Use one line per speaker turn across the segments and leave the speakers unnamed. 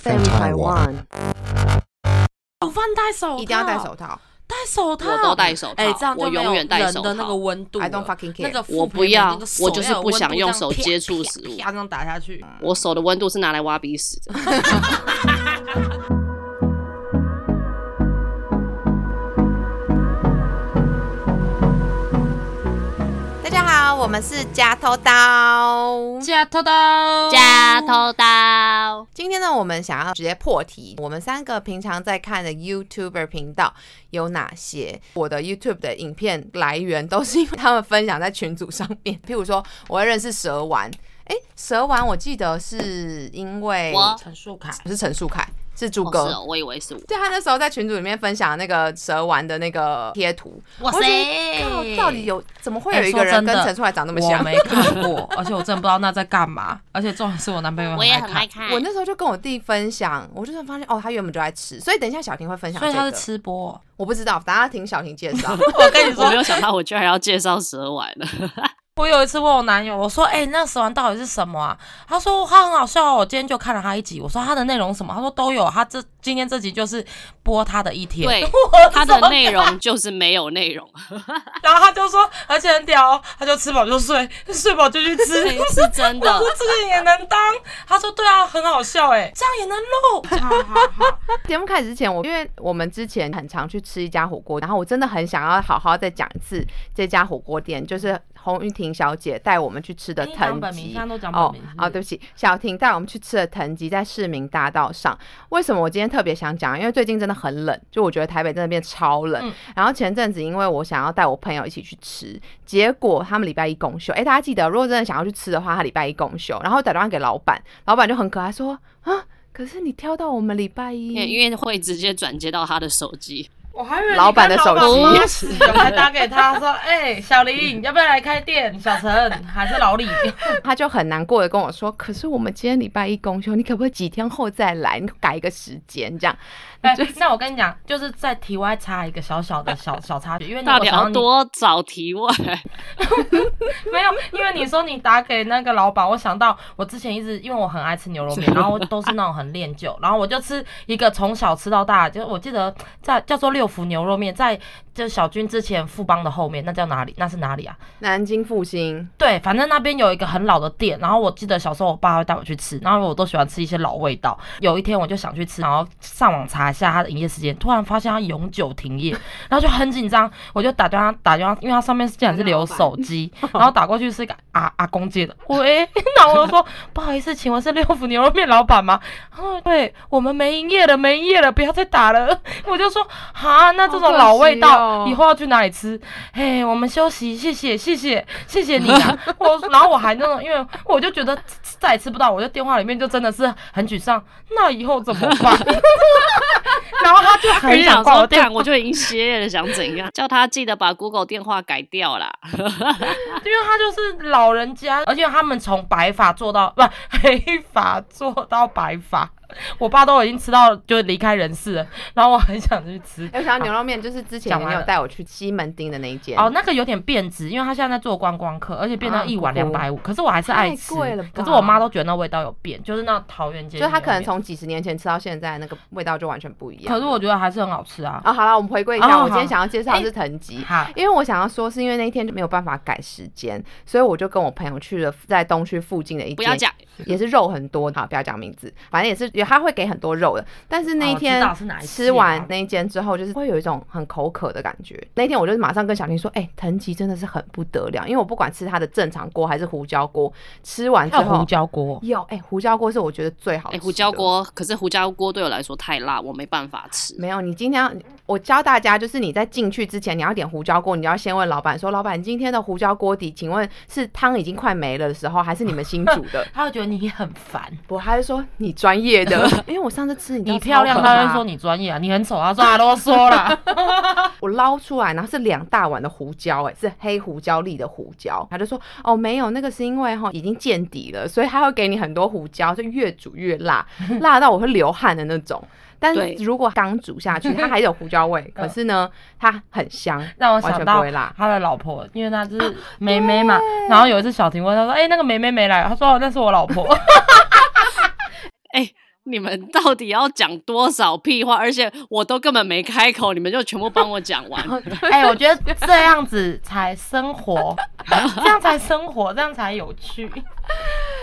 FM Taiwan。
有饭戴哦手套，
一定要戴手套。
戴手套，
我都戴手套
哎，这样就
我
没有
永远戴手
人的那
套
个温度了
I don't fucking care
那个腹
我
部
不
有
要
那个手
我就是
要有
不
温
想
度
用
这样
手
啪
接触
啪
食物
啪这样打下去。
我手的温度是拿来挖鼻屎 的。
大家好，我们是加头刀。
加偷刀，
加偷刀，
今天呢，我们想要直接破题，我们三个平常在看的 YouTuber 频道有哪些？我的 YouTube 的影片来源都是因为他们分享在群组上面。譬如说，我会认识蛇丸，哎、蛇丸我记得是因为
我
陈树凯，
不是陈树凯，是朱
哦
哥。
是哦，我以为是我。
对他那时候在群组里面分享那个蛇丸的那个贴图，
哇
我觉
哦
得靠到底有怎么会有一个人跟陈出来长那么
我
像？
没看过，而且我真的不知道那在干嘛。而且重点是我男朋友
我也
很
很爱
看，
看，
我那时候就跟我弟分享，我就突然发现哦，他原本就爱吃，所以等一下小婷会分享、这个。
所以他是吃播。
我不知道，大家听小婷介 绍。
我跟你
我没有想到我居然要介绍蛇丸 了。
我有一次问我男友，我说：“哎、那蛇丸到底是什么啊？”他说：“他很好笑哦，我今天就看了他一集。”我说：“他的内容是什么？”他说：“都有。他这今天这集就是播他的一天。”
对
我
它的
说
内容就是没有内容，
然后他就说，而且很屌、哦，他就吃饱就睡，睡饱就去吃。
对是真的
我。说这个也能当？他说对啊，很好笑哎，这样也能录。
节目开始之前，我因为我们之前很常去吃一家火锅，然后我真的很想要好好再讲一次这家火锅店，就是洪玉婷小姐带我们去吃的
哎你讲
藤
本名
吉
现在都讲
哦
本名是不是
哦，对不起，小婷带我们去吃的藤吉在市民大道上。为什么我今天特别想讲？因为最近真的很冷，就我觉得台北真的变超冷。
嗯
然后前阵子因为我想要带我朋友一起去吃，结果他们礼拜一公休。哎，大家记得，如果真的想要去吃的话，他礼拜一公休。然后打电话给老板，老板就很可爱说啊。可是你挑到我们礼拜一，
因为因为会直接转接到他的手机，
我还以为
老板的手机
机，赶快打给他说，哎、小林，你要不要来开店？小陈还是 老李？
他就很难过的跟我说：“可是我们今天礼拜一公休，你可不可以几天后再来？你改一个时间这样。
哎、那我跟你讲，就是在题外插一个小小的小小插曲，因为你
到
我
底
想
要
要你
多找 题外？
没有，因为你说你打给那个老板，我想到我之前一直因为我很爱吃牛肉面，然后都是那种很恋旧，然后我就吃一个从小吃到大，就我记得在叫做六福牛肉面，在就小军之前富邦的后面，那叫哪里？那是哪里啊？”
南京复兴，
对，反正那边有一个很老的店，然后我记得小时候我爸会带我去吃，然后我都喜欢吃一些老味道。有一天我就想去吃，然后上网查一下它的营业时间，突然发现它永久停业，然后就很紧张，我就打电话打电话，因为它上面竟然是留手机，然后打过去是一个阿阿公接的，喂， 然后我就说不好意思，请问是六福牛肉面老板吗？然后对我们没营业了，没营业了，不要再打了。 我就说哈，那这
好
种
可
老味
惜
道、
哦
以后要去哪里吃？嘿，我们休息，谢谢，谢谢，谢谢你啊！我，然后我还那种，因为我就觉得再也吃不到，我就电话里面就真的是很沮丧，那以后怎么办？ 然后他就很
很
想
想
挂我
说，啊
电
干
话，
我就已经歇业了，想 怎样？叫他记得把 Google 电话改掉啦。
因为他就是老人家，而且他们从白发做到不 黑发做到白发，我爸都已经吃到就离开人世了，然后我很想去吃。
我想到牛肉面就是之前
讲完
你
了
有带我去西门町的那一间，
哦，那个有点变质，因为他现在在做观光客，而且变到
啊
一碗
咕
两
咕
百五，可是我还是爱
太
吃
贵了吧。
可是我妈都觉得那味道有变，就是那桃园街，
就是他可能。从几十年前吃到现在，那个味道就完全不一样。
可是我觉得还是很好吃啊。
啊，好了，我们回归一下，
哦
我今
好
天想要介绍的是藤吉。
好，
因为我想要说，是因为那一天就没有办法改时间，所以我就跟我朋友去了在东区附近的一
不要
间
讲，
也是肉很多，好，不要讲名字，反正也是，他会给很多肉的。但是那一天、
哦我知道是哪一间
吃完那一间之后，就是会有一种很口渴的感觉。那天我就马上跟小婷说：“哎、藤吉真的是很不得了，因为我不管吃它的正常锅还是胡椒锅，吃完之
还有
后
胡椒锅，
有哎、胡椒锅是我觉得最好吃
哎、
的、
胡
哦
椒锅，可是胡椒锅对我来说太辣，我没办法吃。
没有，你今天要我教大家，就是你在进去之前，你要点胡椒锅，你要先问老板说：“老板，今天的胡椒锅底，请问是汤已经快没了的时候，还是你们新煮的
他会觉得你很烦。？”
我还是说你专业的， 因为我上次吃你知道
你漂亮，
超可怕
他会说你专业啊；你很丑，他说啊啰 嗦啦。
我捞出来，然后是两大碗的胡椒、哎，是黑胡椒粒的胡椒。他就说，哦，没有，那个是因为哈已经见底了，所以他会给你很多胡椒，就越煮越 辣，辣到我会流汗的那种。但
对
是如果刚煮下去，它还有胡椒 味，可是呢，它很香，
让我
完
想
全不
到
会啊 辣。
他的老婆，因为他是梅梅嘛。然后有一次小婷问他说：“哎，那个梅梅没来。”他说哦：“那是我老婆。
哎、你们到底要讲多少屁话？而且我都根本没开口，你们就全部帮我讲完。
哎、我觉得这样子才生活，这样才生活，这样才有趣。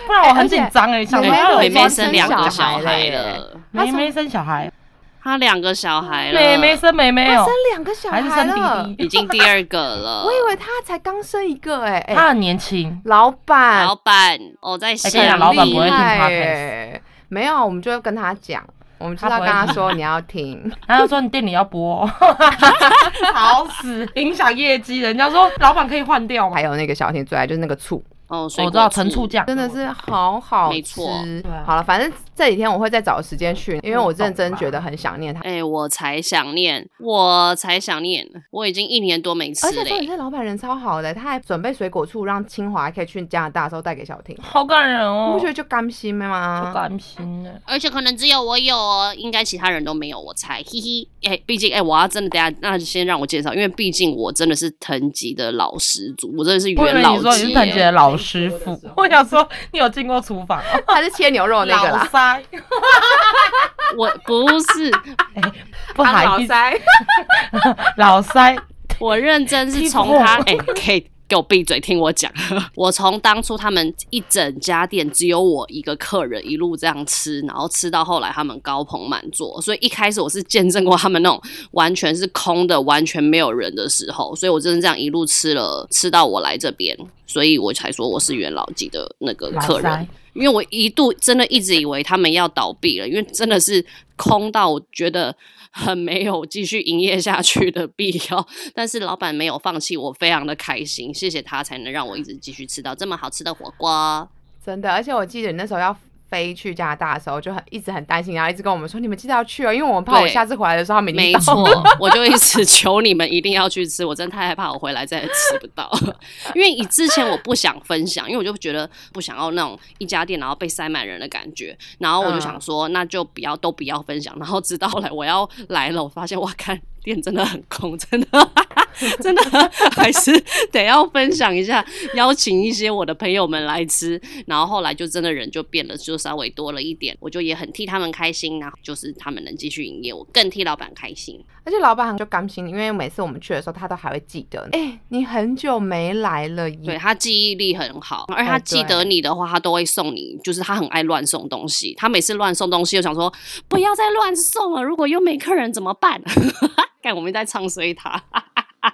不然我很紧张哎，想
哎
说
而且
要
妹妹
妹妹
生
生两个
小
小
孩
孩
了
了，
妹妹生小孩，
她两个小孩了，
妹妹生妹妹
他
哦
生，两个小
还是
孩了
生，弟弟？
已经第二个了。
我以为他才刚生一个哎、哎、
她很年轻，
老板
老板，我在想
哎对啊，老板不会
厉
听
害
podcast
哎没有，我们就会跟他讲，我们就是要
他不
跟
会
他
听
说你要听。
然后说你店里要播、哦， 吵死，影响业绩。人家说老板可以换掉嘛
还，有那个小甜最爱就是那个醋，
哦，水
我
果
知道陈醋酱
真的是好好
没
吃
错
对啊。
好了，反正这几天我会再找时间去，因为我认
嗯
真
懂吧
觉得很想念他。
哎、我才想念，我才想念，我已经一年多没吃
而且重点
嘞。
是老板人超好的，他还准备水果醋让清华可以去加拿大的时候带给小婷，
好感人
你
哦，
不觉得就甘心
好
吗？
感心呢。
而且可能只有我有哦，应该其他人都没有，我猜， 嘿嘿。哎、毕竟哎、我要真的等一下，那就先让我介绍，因为毕竟我真的是藤吉的老师祖，我真的是
我以
元
为
老
你说你
级
是藤姐
耶。
的老师傅，我想说你有进过厨房哦，
还是切牛肉那个
老
啦，
塞，
我不是，
不好
老
意思，
塞，
啊老塞，
我认真是从他哎、可以给我闭嘴，听我讲。 我从当初他们一整家店只有我一个客人，一路这样吃，然后吃到后来他们高朋满座，所以一开始我是见证过他们那种完全是空的、完全没有人的时候，所以我真的这样一路吃了，吃到我来这边，所以我才说我是元老级的那个
老
客人
塞。，
因为我一度真的一直以为他们要倒闭了，因为真的是空到我觉得很没有继续营业下去的必要。但是老板没有放弃，我非常的开心，谢谢他才能让我一直继续吃到这么好吃的火锅。
真的。而且我记得你那时候要飞去加拿大的时候，就很一直很担心，然后一直跟我们说你们记得要去哦，因为我们怕
对
我下次回来的时候他们已经
没
到
错
了，
我就一直求你们一定要去吃，我真的太害怕我回来再也吃不到。因为以之前我不想分享，因为我就觉得不想要那种一家店然后被塞满人的感觉，然后我就想说、那就不要都不要分享，然后直到后来我要来了，我发现哇，看店真的很空，真的 真的还是得要分享一下，邀请一些我的朋友们来吃，然后后来就真的人就变了，就稍微多了一点，我就也很替他们开心，然后就是他们能继续营业，我更替老板开心。
而且老板就甘心，因为每次我们去的时候，他都还会记得，哎、你很久没来了耶，
对他记忆力很好，而他
嗯哦
记得你的话，他都会送你，就是他很爱乱送东西。他每次乱送东西，就想说不要再乱送了，如果又没客人怎么办？ 看我们在唱衰他。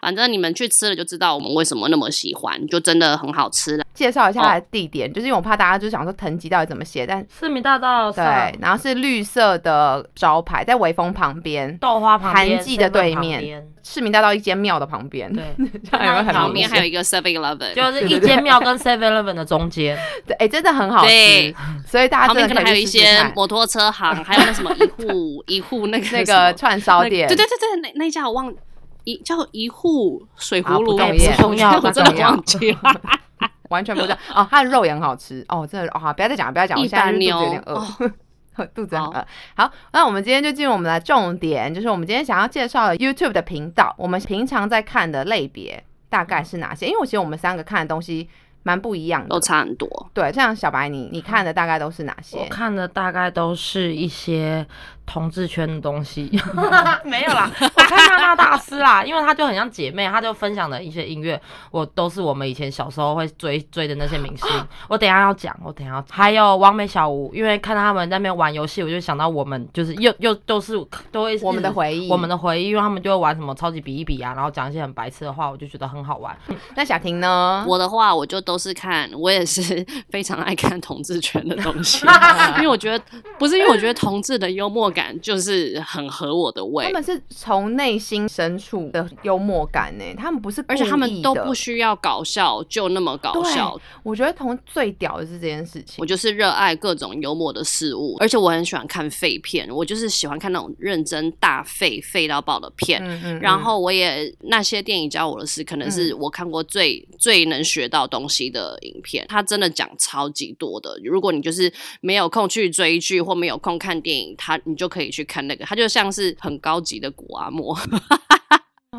反正你们去吃了就知道我们为什么那么喜欢，就真的很好吃了。
介绍一下它的地点，就是因为我怕大家就想说藤吉到底怎么写，但
市民大道上，
对，然后是绿色的招牌，在微风旁边，
豆花旁边，
韩记的对
7-Eleven 旁
面
边，
市民大道一间庙的旁边，
对，
这样有没有很
旁
明
边
显
还有一个 Seven Eleven，
就是一间庙跟 Seven Eleven 的中间，
对，哎、真的很好
对
吃，所以大家
旁
真
边
的
可能还有
以
一
去试试
些
看
摩托车行，还有那什么一 户一户那个
那
什么
个串烧
那
店，
对对对对，那那一家我忘一叫一户水
啊
葫芦，
不重
哎是
要
不重要
我真的
不重要
忘记了。
完全不像哦，它的肉也很好吃哦，真的哦，不要再讲了，不要讲了，我
一
现在
般
就是
妞
肚子有点饿。
哦
肚子很饿。好，那我们今天就进入我们的重点，就是我们今天想要介绍的 YouTube 的频道，我们平常在看的类别大概是哪些？因为我觉得我们三个看的东西蛮不一样的
嗯都。差很多。
对，像小白你你看的大概都是哪
我
些？
看的大概都是一些同志圈的东西， 没有啦，我看娜娜大师啦，因为她就很像姐妹，她就分享的一些音乐，我都是我们以前小时候会追追的那些明星。我等一下要讲，我等一下要讲还有王美小吴，因为看到他们在那边玩游戏，我就想到我们就是又又都是都会
我们的回忆
我们的回忆，因为他们就会玩什么超级比一比啊，然后讲一些很白痴的话，我就觉得很好玩。
那小婷呢？
我的话，我就都是看，我也是 非常爱看同志圈的 东西，因为我觉得不是因为我觉得同志的幽默感就是很合我的
他
胃，
们是从内心深处的幽默感呢，他们不是故意
而
的，
且他们都不需要搞笑就那么搞笑，
我觉得同最屌的是这件事情
我。就是热爱各种幽默的事物，而且我很喜欢看废片，我就是喜欢看那种认真大废废到爆的片。
嗯嗯
然后我也那些电影教我的事，可能是我看过最、最能学到东西的影片。它真的讲超级多的。如果你就是没有空去追剧或没有空
嗯
看电影，它你就可以去看那个。它就像是很高级的古阿莫，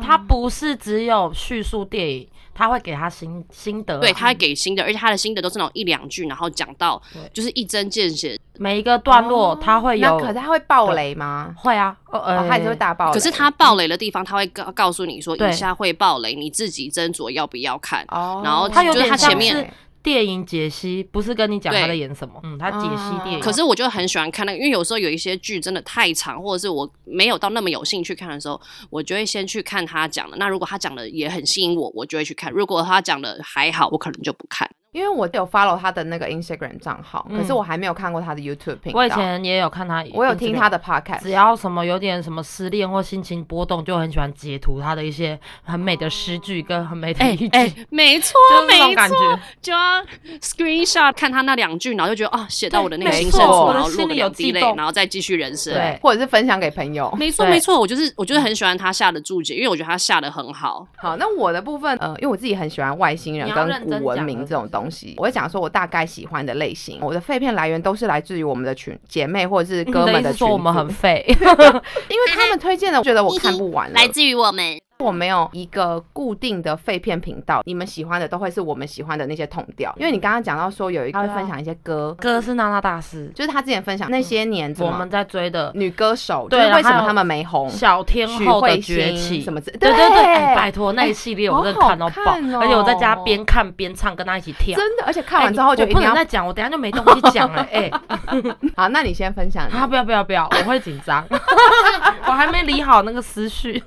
它不是只有叙述电影，它会给他心心得啊、
对，他会给新的，而且他的新的都是那种一两句，然后讲到
对
就是一针见血。
每一个段落
哦
它会有
那可是他会爆雷吗？
会啊，呃
哦，
呃，
他也是会大爆雷。
可是他爆雷的地方，他会告告诉你说，
对
以下会爆雷，你自己斟酌要不要看。
哦，
然后
他有
就是
点
他前
像
面
是电影解析，不是跟你讲
对
他在演什么，嗯，他解
哦
析电影。
可是我就很喜欢看那个，因为有时候有一些剧真的太长，或者是我没有到那么有兴趣看的时候，我就会先去看他讲的。那如果他讲的也很吸引我，我就会去看；如果他讲的还好，我可能就不看。
因为我有 follow 他的那个 Instagram 账号，
嗯
可是我还没有看过他的 YouTube 频道。
我以前也有看他，
我有听他
的。
的 podcast，
只要什么有点什么失恋或心情波动，就很喜欢截图他的一些很美的诗句跟很美的
哎
一句，
哎、没错
就是那种
没
感
错，
觉。
就要 screenshot 看他那两句，然后就觉得啊，写到我的内
没
心
错
深处，
我的
然后落
心
个
里有
两滴
悸
泪，
动
然后再继续人生。
对
或者是分享给朋友。
没错
对
没错，我就是我就是很喜欢他下的注解，因为我觉得他下的很好。
好，那我的部分，呃，因为我自己很喜欢外星人
你要认
跟
真
古文
讲啊
明
了
这种
是不是
东西，我会讲说我大概喜欢的类型。我的废片来源都是来自于我们的群姐妹或者是
嗯你
哥
的
们
意思
群
说我们
组
很废，
因为他们推荐的，我觉得我看不完了。
自于我们，
我没有一个固定的废片频道，你们喜欢的都会是我们喜欢的那些统调。因为你刚刚讲到说有一个他会分享一些歌，
哥是娜娜大师，
就是他之前分享那些年什
我
么
们在追的
女歌手，
嗯对
就是为什
然
么
后
他们没红，
小天
许
后的
慧
崛
欣
起
什么之
对对对，哎拜
对，
托那一系列我真的
好好
看到爆，
看哦
而且我在家边看边唱，跟他一起跳。
真的，而且看
哎
完
你
之后就
我
一
不
定
能
要
再讲，我等一下就没东西讲 了。哎，
好，那你先分享你
啊不要不要不要，我会紧 张，我还没理好那个思绪。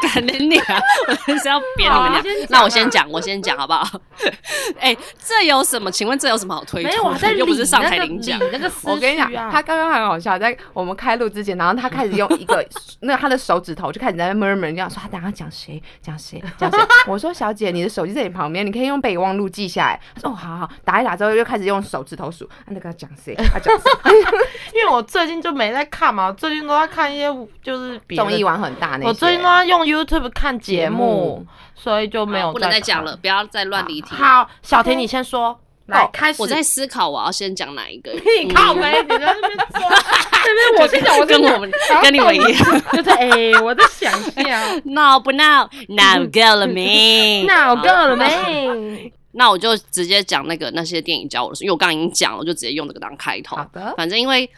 感恩你啊！我就是要编你
好先
们俩
讲。啊
那我先讲，我先讲好不好？ 哎、这有什么？请问这有什么好推脱
没
的？
有， 我还在理
又不是上
那
台
个
领
理
奖。
那个思绪啊。
我跟你讲，他刚刚很好笑，在我们开录之前，然后他开始用一个那他的手指头就开始在那 murmur，这样说他啊等下讲谁讲谁讲谁。 我说小姐，你的手机在你旁边，你可以用备忘录记下来。他说哦，好好，打一打之后又开始用手指头数，啊那个讲谁，他讲谁，
因为我最近就没在看嘛，我最近都在看一些就是别的
综艺。玩很大那些。
我最近都在用 YouTube 看节
节
目
目，，
所以就没有
好不能
再
再讲
看
了，。不要再乱离题。
好，小田你先说，来
好
开始。
我在思考我要先讲哪一个。 嗯
你靠呗，你在那边 说，那边我先讲，我
跟
先讲
我们跟你们一样，
就是哎、我在想 象，
闹不闹？闹够 了没？
闹够了
好？
没？
那我就直接讲那个那些电影教我的书，因为我刚刚已经讲了，我就直接用这个当开头
好。的，
反正因为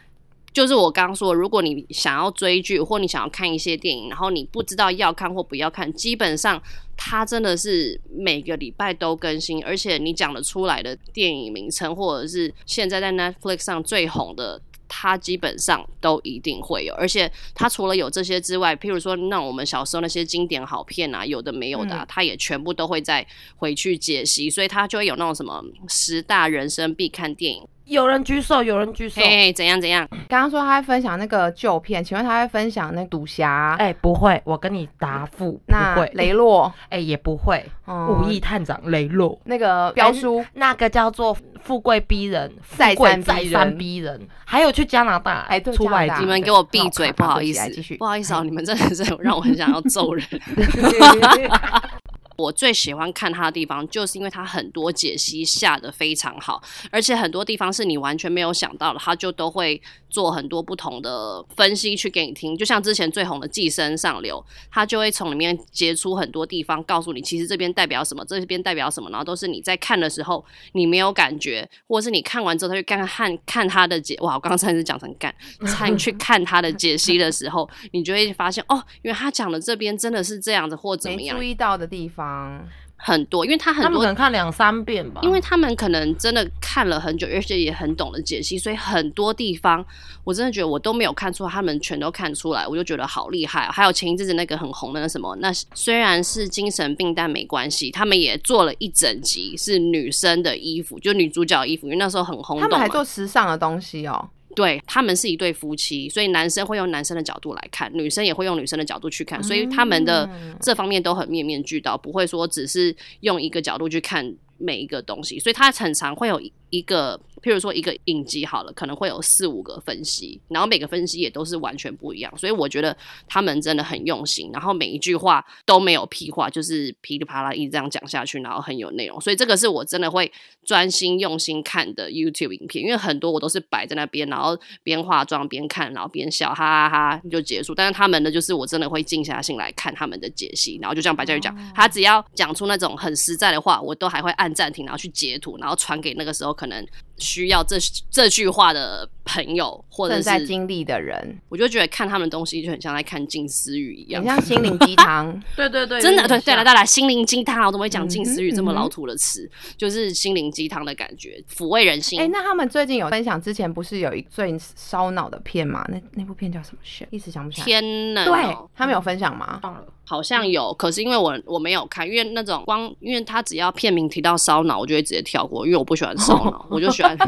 就是我刚刚说，如果你想要追剧或你想要看一些电影，然后你不知道要看或不要看，基本上它真的是每个礼拜都更新，而且你讲得出来的电影名称或者是现在在 Netflix 上最红的。它基本上都一定会有，而且它除了有这些之外，譬如说，那我们小时候那些经典好片啊，有的没有的、啊，它也全部都会再回去解析，所以它就会有那种什么十大人生必看电影，
有人举手，有人举手。哎、
哎、怎样怎样，
刚刚说他会分享那个旧片，请问他会分享那赌侠？
不会，我跟你答复，
那
哎不会。
雷 洛，
哎、也不会。
嗯
武义探长雷洛，
那个彪叔，
哦那个叫做富贵逼人，
再
富贵
三逼
再三逼人，还有去加拿大，
哎对
出外
加拿大
景
你们
的
给我闭嘴，
好
不
好
好
对不
意
起
思
来继续，
不好意思哦，你们真的是让我很想要揍人。 我最喜欢看他的地方，就是因为他很多解析下的非常好，而且很多地方是你完全没有想到的，他就都会做很多不同的分析去给你听。就像之前最红的《寄生上流》，他就会从里面截出很多地方，告诉你其实这边代表什么，这边代表什么，然后都是你在看的时候你没有感觉，或者是你看完之后他去看看看他的解，哇，我刚刚才是讲成干，看去看他的解析的时候，你就会发现哦，原来他讲的这边真的是这样子或怎
没
么样
注，意到的地方，
很多，因为他
他
很
们可
多
能看两三遍吧，
因为他们可能真的看了很久，而且也很懂得解析，所以很多地方我真的觉得我都没有看出来，他们全都看出来，我就觉得好厉害哦、还有前一阵子那个很红的那什么，那虽然是精神病，但没关系，他们也做了一整集是女生的衣服，就女主角的衣服，因为那时候很轰
他
动
们还
嘛。
做时尚的东西哦。
对，他们是一对夫妻，所以男生会用男生的角度来看，女生也会用女生的角度去看，所以他们的
嗯
这方面都很面面俱到，不会说只是用一个角度去看每一个东西，所以他很常会有一个譬如说一个影集好了，可能会有四五个分析，然后每个分析也都是完全不一样，所以我觉得他们真的很用心，然后每一句话都没有屁话，就是噼里啪啦一直这样讲下去，然后很有内容，所以这个是我真的会专心用心看的 YouTube 影片，因为很多我都是摆在那边，然后边化妆边看，然后边笑，哈哈哈就结束。但是他们呢，就是我真的会静下心来看他们的解析，然后就像白嘉宇讲，他
哦
只要讲出那种很实在的话，我都还会按暂停，然后去截图，然后传给那个时候可能需要这这句话的朋友，或者
正在
是
经历的人，
我就觉得看他们的东西就很像在看近思语一样
很。像心灵鸡 汤。
对对对
真的，
有
对
点
对了，
像
对了，心灵鸡汤啊，我怎么会讲近思语这么
嗯哼
老土的词？就是心灵鸡汤的感觉，抚慰人心。
哎、那他们最近有分享，之前不是有一最烧脑的片吗？那那部片叫什么 shit？一时想不起来。
天冷、
对
哦，，
他们有分享吗？
忘了。
好像有，可是因为我我没有看，因为那种光，因为他只要片名提到烧脑，我就会直接跳过，因为我不喜欢烧 脑，我就喜欢。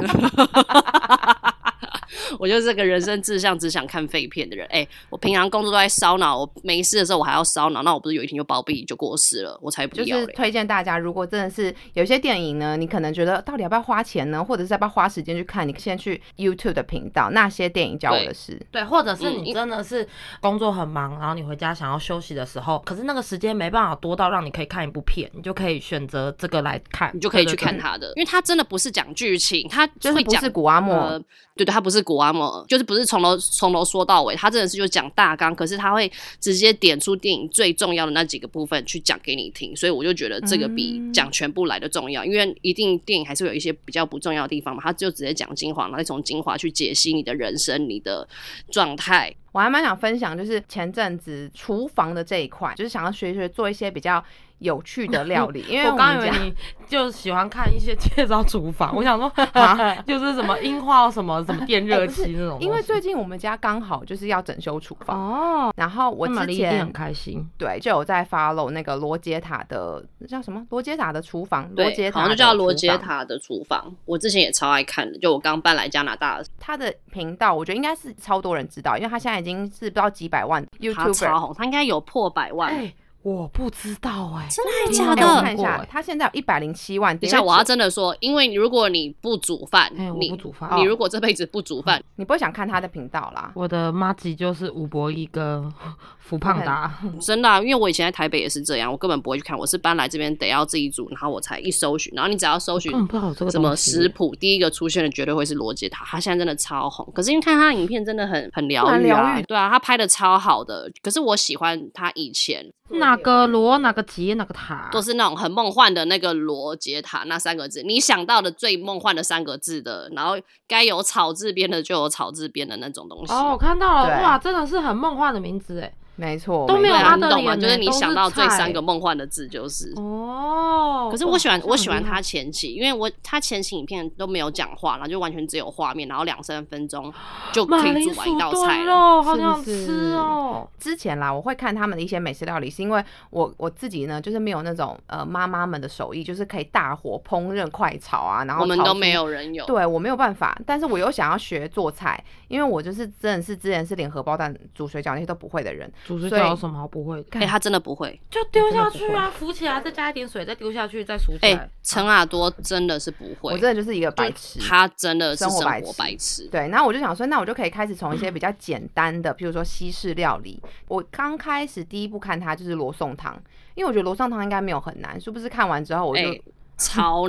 我就是个人生志向只想看废片的人。哎、我平常工作都在烧脑，我没事的时候我还要烧脑，那我不是有一天就暴毙就过世了？我才不
就
要
是
嘞！
推荐大家，如果真的是有些电影呢，你可能觉得到底要不要花钱呢，或者是要不要花时间去看，你先去 YouTube 的频道，那些电影教我的事。
对，或者是
嗯
你
因
真的是工作很忙，然后你回家想要休息的时候，可是那个时间没办法多到让你可以看一部片，你就可以选择这个来看，
你就可以
对
去
对对
看他的，因为他真的不是讲剧情，他
就是
会
不
讲
是古阿莫，
呃，对对，他不是古阿莫，就是不是从头从头说到尾，他真的是就讲大纲，可是他会直接点出电影最重要的那几个部分去讲给你听，所以我就觉得这个比
嗯
讲全部来的重要，因为一定电影还是会有一些比较不重要的地方嘛，他就直接讲精华，然后再从精华去解析你的人生、你的状态。
我还蛮想分享，就是前
嗯
阵子厨房的这一块，就是想要学一学做一些比较有趣的料理，因为
我刚以
们
为
家
你 就喜欢看一些介绍厨房，我想说啊，就是什么樱花什么什么电热
哎
器那种东西、
因为最近我们家刚好就是要整修厨房，
哦，
然后我
那玛
之
丽一定
前
很开心。
对就有在 follow 那个罗杰塔的叫什么罗杰塔的厨房，罗杰
对，
塔
好像就叫罗杰
的厨房，
塔的厨房，我之前也超爱看的，就我刚搬来加拿大的时候，
他的频道我觉得应该是超多人知道，因为他现在已经是不知道几百万
他
YouTuber
超。红，他应该有破百万。
哎、我不知道哎、
真的
假
还
哎
的
我
的
看一下，他现在有一百零七万。
等一下，我
点
要
阅者
真的说，因为如果你不煮饭，
哎我
你
不煮饭
你
哦嗯
如果这辈子不煮饭，
你不会想看他的频道啦。
我的妈吉就是吴博义跟福胖达，
真的啊、因为我以前在台北也是这样，我根本不会去看，我是搬来这边得要自己煮，然后我才一搜寻，然后你只要搜寻
根本不知道有哦这个
什么
东西
食谱，第一个出现的绝对会是罗杰塔，他现在真的超红，可是因为看他的影片真的很很疗
蛮
愈啊
疗愈，
对啊，他拍的超好的，可是我喜欢他以前
哪个罗哪个杰哪个塔，
都是那种很梦幻的那个罗杰塔那三个字，你想到的最梦幻的三个字的，然后该有草字边的就有草字边的那种东西。
哦，我看到了，
对
哇，真的是很梦幻的名字哎。
没错，
都没有
对
错
啊，
他
你
的
懂吗？
脸
就是
呢
你
都
想
是
到最
菜
三个梦幻的字就是。
哦，
可是我喜欢
哇
我喜欢，
这很
他
厉
前期，因为我他前期影片都没有讲话，然后就完全只有画面，然后两三分钟就
马
可以
铃
煮完一
薯
道菜
炖
了。
肉，好想
是不是
吃哦。
之前啦，我会看他们的一些美食料理，是因为我我自己呢，就是没有那种呃妈妈们的手艺，就是可以大火烹饪快炒啊，然后
我们
炒
都
出
没。有人有，
对我没有办法，但是我又想要学做菜，因为我就是真的是之前是连荷包蛋、煮水饺那些都不会的人，
主持
所以
人有什么好不会的？
哎、他真的不会。
就丢下去啊，浮起来，再加一点水，再丢下去，再浮起
哎、
来。
陈亚多真的是不
我
会，
真的就是一个白痴。
他真的是
生活
生
白
活
痴
白痴。
对，那我就想说，那我就可以开始从一些比较简单的，譬如说西式料理。我刚开始第一步看它就是罗宋汤，因为我觉得罗宋汤应该没有很难，是不是？看完之后我就、啊
哎 超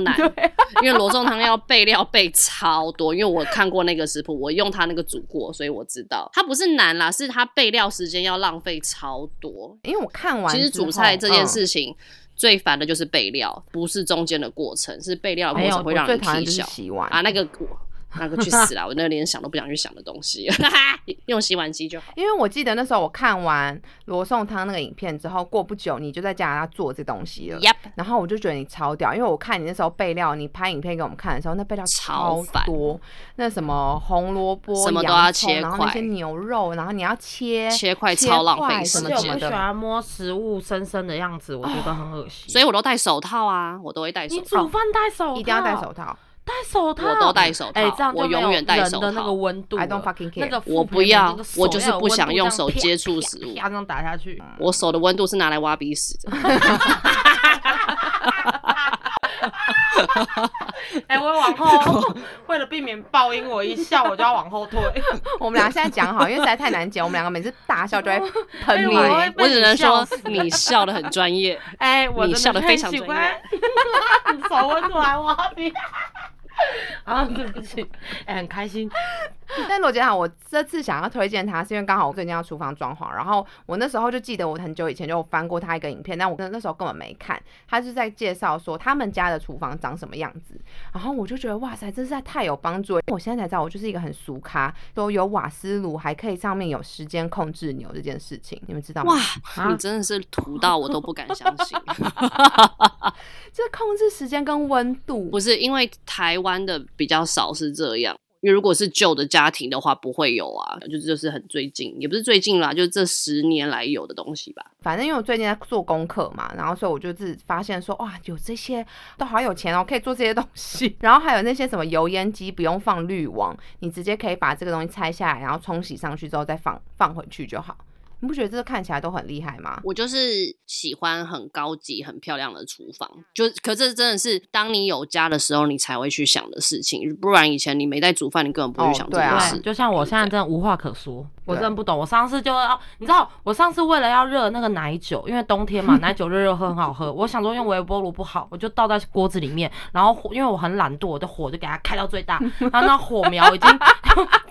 难，因为罗宋汤要备料备超多，因为我看过那个食谱，我用它那个煮过，所以我知道它不是难啦，是它备料时间要浪费超多。
因为我看完
其实
之后
煮菜这件
嗯
事情、最烦的就是备料，不是中间的过程，是备料的过
没有
程会
我
让
最
人
讨厌
踢
就是
笑
洗碗，
啊！那个我那个去死啦！我那连想都不想去想的东西， 用洗碗机就好。
因为我记得那时候我看完罗宋汤那个影片之后，过不久你就在加拿大做这东西了。
Yep，
然后我就觉得你超屌，因为我看你那时候备料，你拍影片给我们看的时候，那备料
超烦
多，那什么红萝卜、
什么都
洋
要
葱
切
然后那
块
些牛肉，然后你要切
切块超浪费
块
时
什么
而且
什
我
间
么
不喜
的。
欢摸食物生生的样子，我觉得很恶心。
哦所以我都戴手套啊，我都会戴手
你
套
煮。饭戴手套，
一定要戴手， 套
戴手套，
我都戴手套
哎，这样就
我永远戴
没有人
手
的那
套
个温度了。
，I don't fucking
那
care。
个
我
腹
不
皮
要
那个手
我就是
要有
不
温
想
度这
用
样
手
啪
接触
啪
食物
啪这样打下去。
我手的温度是拿来挖鼻屎的。
哎、我往 后为了避免爆音，我一笑我就要往后 退。
我们俩现在讲好，因为实在太难讲，我们两个每次大笑就 会喷
哎
你。
我会被
我只能
你笑
说
死
你笑的很专业，
哎、我
你
真
笑
的
得
很
非常
喜
专
欢。你 手温出来，我比。 啊，对不起，哎、很开心。
但罗杰好，我这次想要推荐他，是因为刚好我最近要厨房装潢，然后我那时候就记得我很久以前就翻过他一个影片，但我那那时候根本没看，他是在介绍说他们家的厨房长什么样子，然后我就觉得哇塞，这实在太有帮助了。我现在才知道，我就是一个很俗咖，说有瓦斯炉还可以上面有时间控制钮这件事情，你们知道吗
哇？，你真的是土到我都不敢相信。
这控制时间跟温度
不是因为台湾的比较少是这样，因为如果是旧的家庭的话，不会有啊，就就是很最近，也不是最近啦，就是这十年来有的东西吧。
反正因为我最近在做功课嘛，然后所以我就自己发现说，哇，有这些都好有钱哦，可以做这些东西。 然后还有那些什么油烟机不用放滤网，你直接可以把这个东西拆下来，然后冲洗上去之后再放放回去就好。你不觉得这看起来都很厉害吗？
我就是喜欢很高级、很漂亮的厨房，就可这真的是当你有家的时候，你才会去想的事情，不然以前你没在煮饭，你根本不
哦
会想这
对啊
件
对，
事。
就像我现在真的无话可说，我
对
真的不懂。我上次就要，你知道，我上次为了要热那个奶酒，因为冬 天嘛，奶酒热热喝很好喝。我想说用微波炉不好，我就倒在锅子里面，然后火，因为我很懒惰，我的火就给它开到最大，然后那火苗已经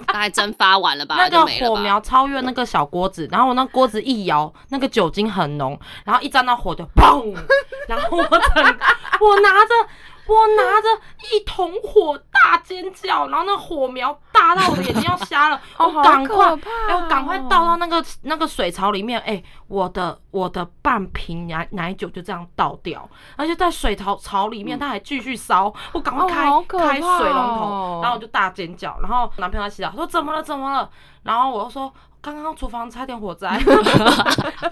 大概蒸发完了吧，
那
就
个
没了
火
吧。
苗超越那个小锅子，然后我那锅子一摇，那个酒精很浓，然后一沾到火就砰， 然后我整个我拿着。我拿着一桶火大尖叫，然后那火苗大到我的眼睛要瞎了，
哦
我赶快，
好可怕哦
哎、我赶快倒到那个那个水槽里面，哎、我的我的半瓶奶奶酒就这样倒掉，而且在水槽槽里面它还继续烧，我赶
嗯
快
哦
开、
好可
开水
怕
龙
哦
头，然后我就大尖叫，然后男朋友在洗澡，他说怎么了怎么了，然后我就说。刚刚厨房差点火灾，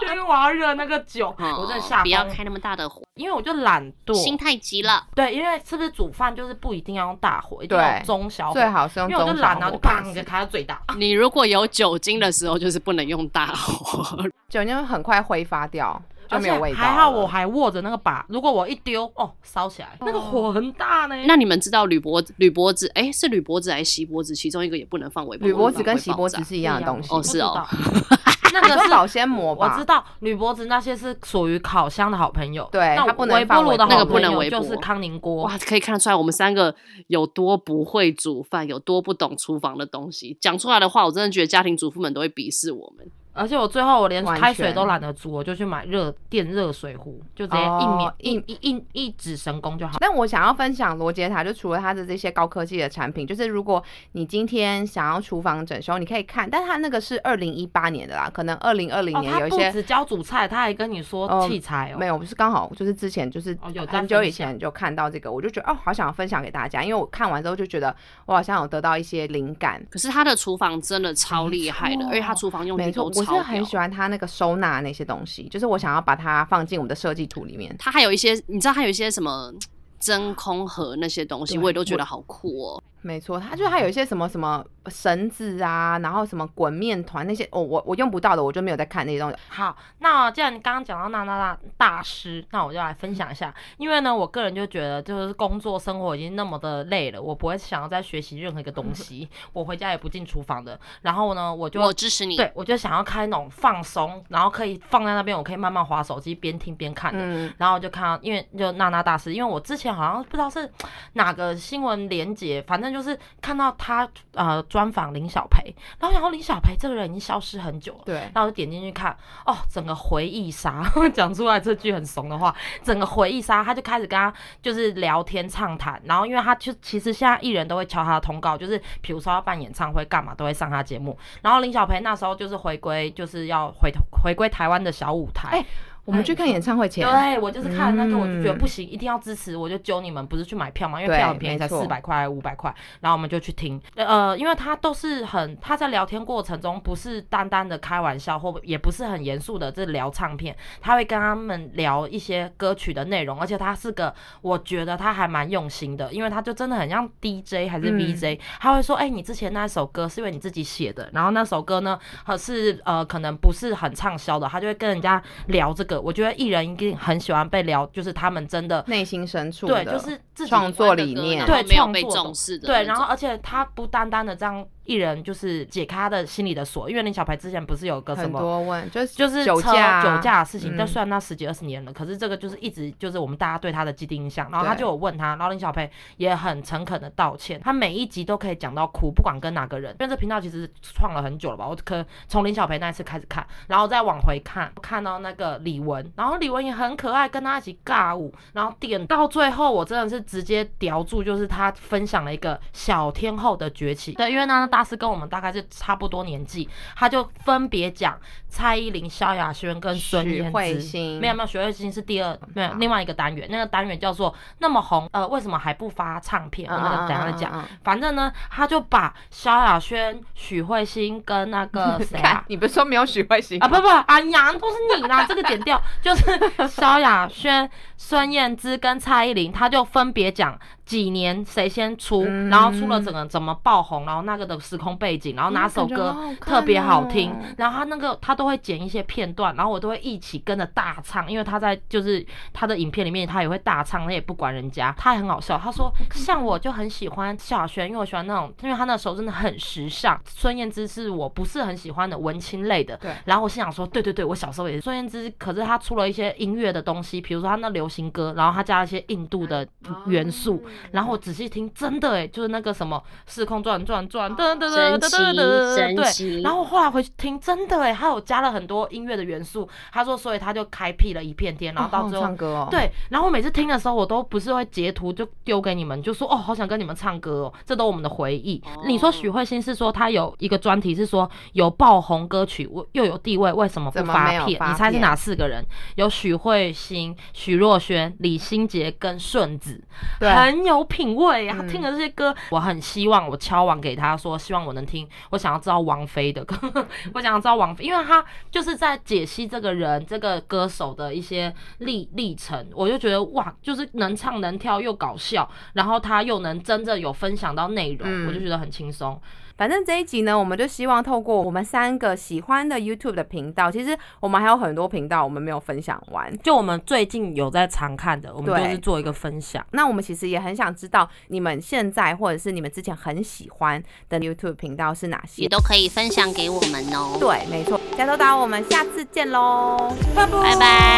就因为我要热那个酒，
嗯
我真的吓
不要
疯，
开那么大的火，
因为我就懒
心
惰。
太急了。
对，因为是不是煮饭就是不一定要用大火，一定要
对
用中小火，
最好是用
因为我就
中小
懒啊，就
火
砰
开
就
始，
开到最大。
你如果有酒精的时候，就是不能用大火，
酒精会很快挥发掉，就
而
没
且
有味道了。
还好我还握着那个把，如果我一丢，哦，烧起来，那个火很大呢。
那你们知道铝箔铝箔纸，哎、是铝箔纸还是锡箔纸？其中一个也不能放微波
铝
炉，
箔纸
不然
跟
会
锡箔
爆炸
纸是一样的东西，
哦是哦
不知道， 那
你
个
说
是
保鲜膜
我
吧
知？道铝箔纸那些是属于烤箱的好朋友，
对
那
它不能
微波炉的
放微波
好
炉
朋
那个不能
友
微波
就是康宁锅
哇，。可以看得出来我们三个有多不会煮饭，有多不懂厨房的东西。讲出来的话，我真的觉得家庭主妇们都会鄙视我们。
而且我最后我连
完全
开水都懒得煮，我就去买热电热水壶，就直接一秒、
哦
一一一一指神功就好。
但我想要分享罗杰塔，就除了它的这些高科技的产品，就是如果你今天想要厨房整修，你可以看，但它那个是二零一八年的啦，可能二零二零
哦，
年
他
有一
不
些、
只教煮菜，他还跟你说
哦
器材哦，
没有，不是刚好就是之前就是
哦有在
很久
分
以前就看到这个，我就觉得哦，好想分享给大家，因为我看完之后就觉得我好像有得到一些灵感。
可是他的厨房真的超厉害
没
的，
错
而且他厨房用
哦没
具
错，
都
我是
超
很喜
屌。
欢它那个收纳那些东西，就是我想要把它放进我们的设计图里面。
他还有一些，你知道他有一些什么真空盒那些东西，
对
我也都觉得好酷哦。
没错，它就是它有一些什么什么绳子啊，然后什么滚面团那些，哦，我我用不到的，我就没有在看那些东西。
好，那既然你刚刚讲到娜娜大大师，那我就来分享一下，因为呢，我个人就觉得就是工作生活已经那么的累了，我不会想要再学习任何一个 东西，我回家也不进厨房的。然后呢，我就
我支持你。
对我就想要开那种放松，然后可以放在那边，我可以慢慢划手机，边听边看的。
嗯，
然后我就看到，因为就娜娜大师，因为我之前好像不知道是哪个新闻连结，反正就是看到他呃专访林小培，然后然后林小培这个人已经消失很久了，
对，
然后我就点进去看，哦，整个回忆杀，讲出来这句很怂的话，整个回忆杀，他就开始跟他就是聊天畅谈，然后因为他就其实现在艺人都会敲他的通告，就是比如说要办演唱会干嘛都会上他节目，然后林小培那时候就是回归，就是要回回归台湾的小舞台，
哎我们去看演唱会前，
对我就是看了那个，我就觉得
嗯
不行，一定要支持，我就揪你们，不是去买票嘛，因为
对
票很便宜，才
没错
四百块、五百块，然后我们就去听。呃，因为他都是很他在聊天过程中，不是单单的开玩笑，或也不是很严肃的这聊唱片，他会跟他们聊一些歌曲的内容，而且他是个我觉得他还蛮用心的，因为他就真的很像 DJ 还是
嗯
VJ，、他会说，哎、你之前那首歌是因为你自己写的，然后那首歌呢，呃是呃可能不是很畅销的，他就会跟人家聊这个。个，我觉得艺人一定很喜欢被聊，就是他们真的
内心深处
对，
的
就是自己
创作理念，
对
对没有被
创作的
重视的那
对，
种，
然后而且他不单单的这样艺人就是解开他的心里的锁，因为林小培之前不是有个什
很
么
多问就是
就是
酒
车
驾啊
酒驾的事情，
嗯
但虽然那十几二十年了，可是这个就是一直就是我们大家对他的既定印象。然后
对
他就有问他，然后林小培也很诚恳的道歉，他每一集都可以讲到哭，不管跟哪个人。因为这频道其实创了很久了吧，我可从林小培那一次开始看，然后再往回看，看到那个李玟，然后李玟也很可爱，跟他一起尬舞，然后点到最后，我真的是直接叼住，就是他分享了一个小天后的崛起。对，因为那那大师跟我们大概是差不多年纪，他就分别讲蔡依林、萧亚轩跟孙
许
燕
慧
姿。
欣
没有没有，许慧欣是第二，没有
好
另外一个单元，那个单元叫做那么红，呃，为什么还不发唱片？我
嗯
那个
嗯
等一下
嗯
再
嗯
讲
嗯。
反正呢，他就把萧亚轩、许慧欣跟那个 谁
看
啊，
你不是说没有许慧欣
啊， 不不，哎呀，都是你啦，这个剪掉，就是萧亚轩、孙燕姿跟蔡依林，他就分别讲几年谁先出，
嗯
然后出了整个怎么爆红，然后那个的时空背景，然后哪首歌特别好听，
嗯感觉好好看哦
然后他那个他都会剪一些片段，然后我都会一起跟着大唱，因为他在就是他的影片里面他也会大唱，他也不管人家，他也很好笑。他说像我就很喜欢萧亚轩，因为我喜欢那种，因为他那时候真的很时尚。孙燕姿是我不是很喜欢的文青类的，
对
然后我心想说，对对对，我小时候也是孙燕姿，可是她出了一些音乐的东西，比如说她那流行歌，然后她加了一些印度的
哦
嗯
元素，
哦
然后我仔细听，真的哎，就是那个什么时空转转转，噔噔
呃
噔噔噔噔，
哦神
对，
奇，
然后我后来回去听，真的哎，他有加了很多音乐的元素。他说，所以他就开辟了一片天，然后
哦
到最后。
唱歌哦，，
对，然后我每次听的时候，我都不是会截图就丢给你们，就说哦，好想跟你们唱歌哦，这都我们的回忆。
哦
你说许慧欣是说她有一个专题是说有爆红歌曲，我又有地位，为什么不
怎么
发
没有
片？
发
你猜是
片
哪四个人？有许慧欣、许若瑄、李心洁跟顺子。
对
很有品味啊！
嗯
听了这些歌，我很希望我敲完给他说，希望我能听，我想要知道王菲的歌， 我想要知道王菲，因为他就是在解析这个人、这个歌手的一些历历程，我就觉得哇，就是能唱能跳又搞笑，然后他又能真正有分享到内容，
嗯
我就觉得很轻松。
反正这一集呢，我们就希望透过我们三个喜欢的 YouTube 的频道，其实我们还有很多频道我们没有分享完。
就我们最近有在常看的，我们
对
就是做一个分享。
那我们其实也很想知道你们现在或者是你们之前很喜欢的 YouTube 频道是哪些
也。都可以分享给我们哦。
对，没错，加州岛，我们下次见喽，拜拜
拜拜。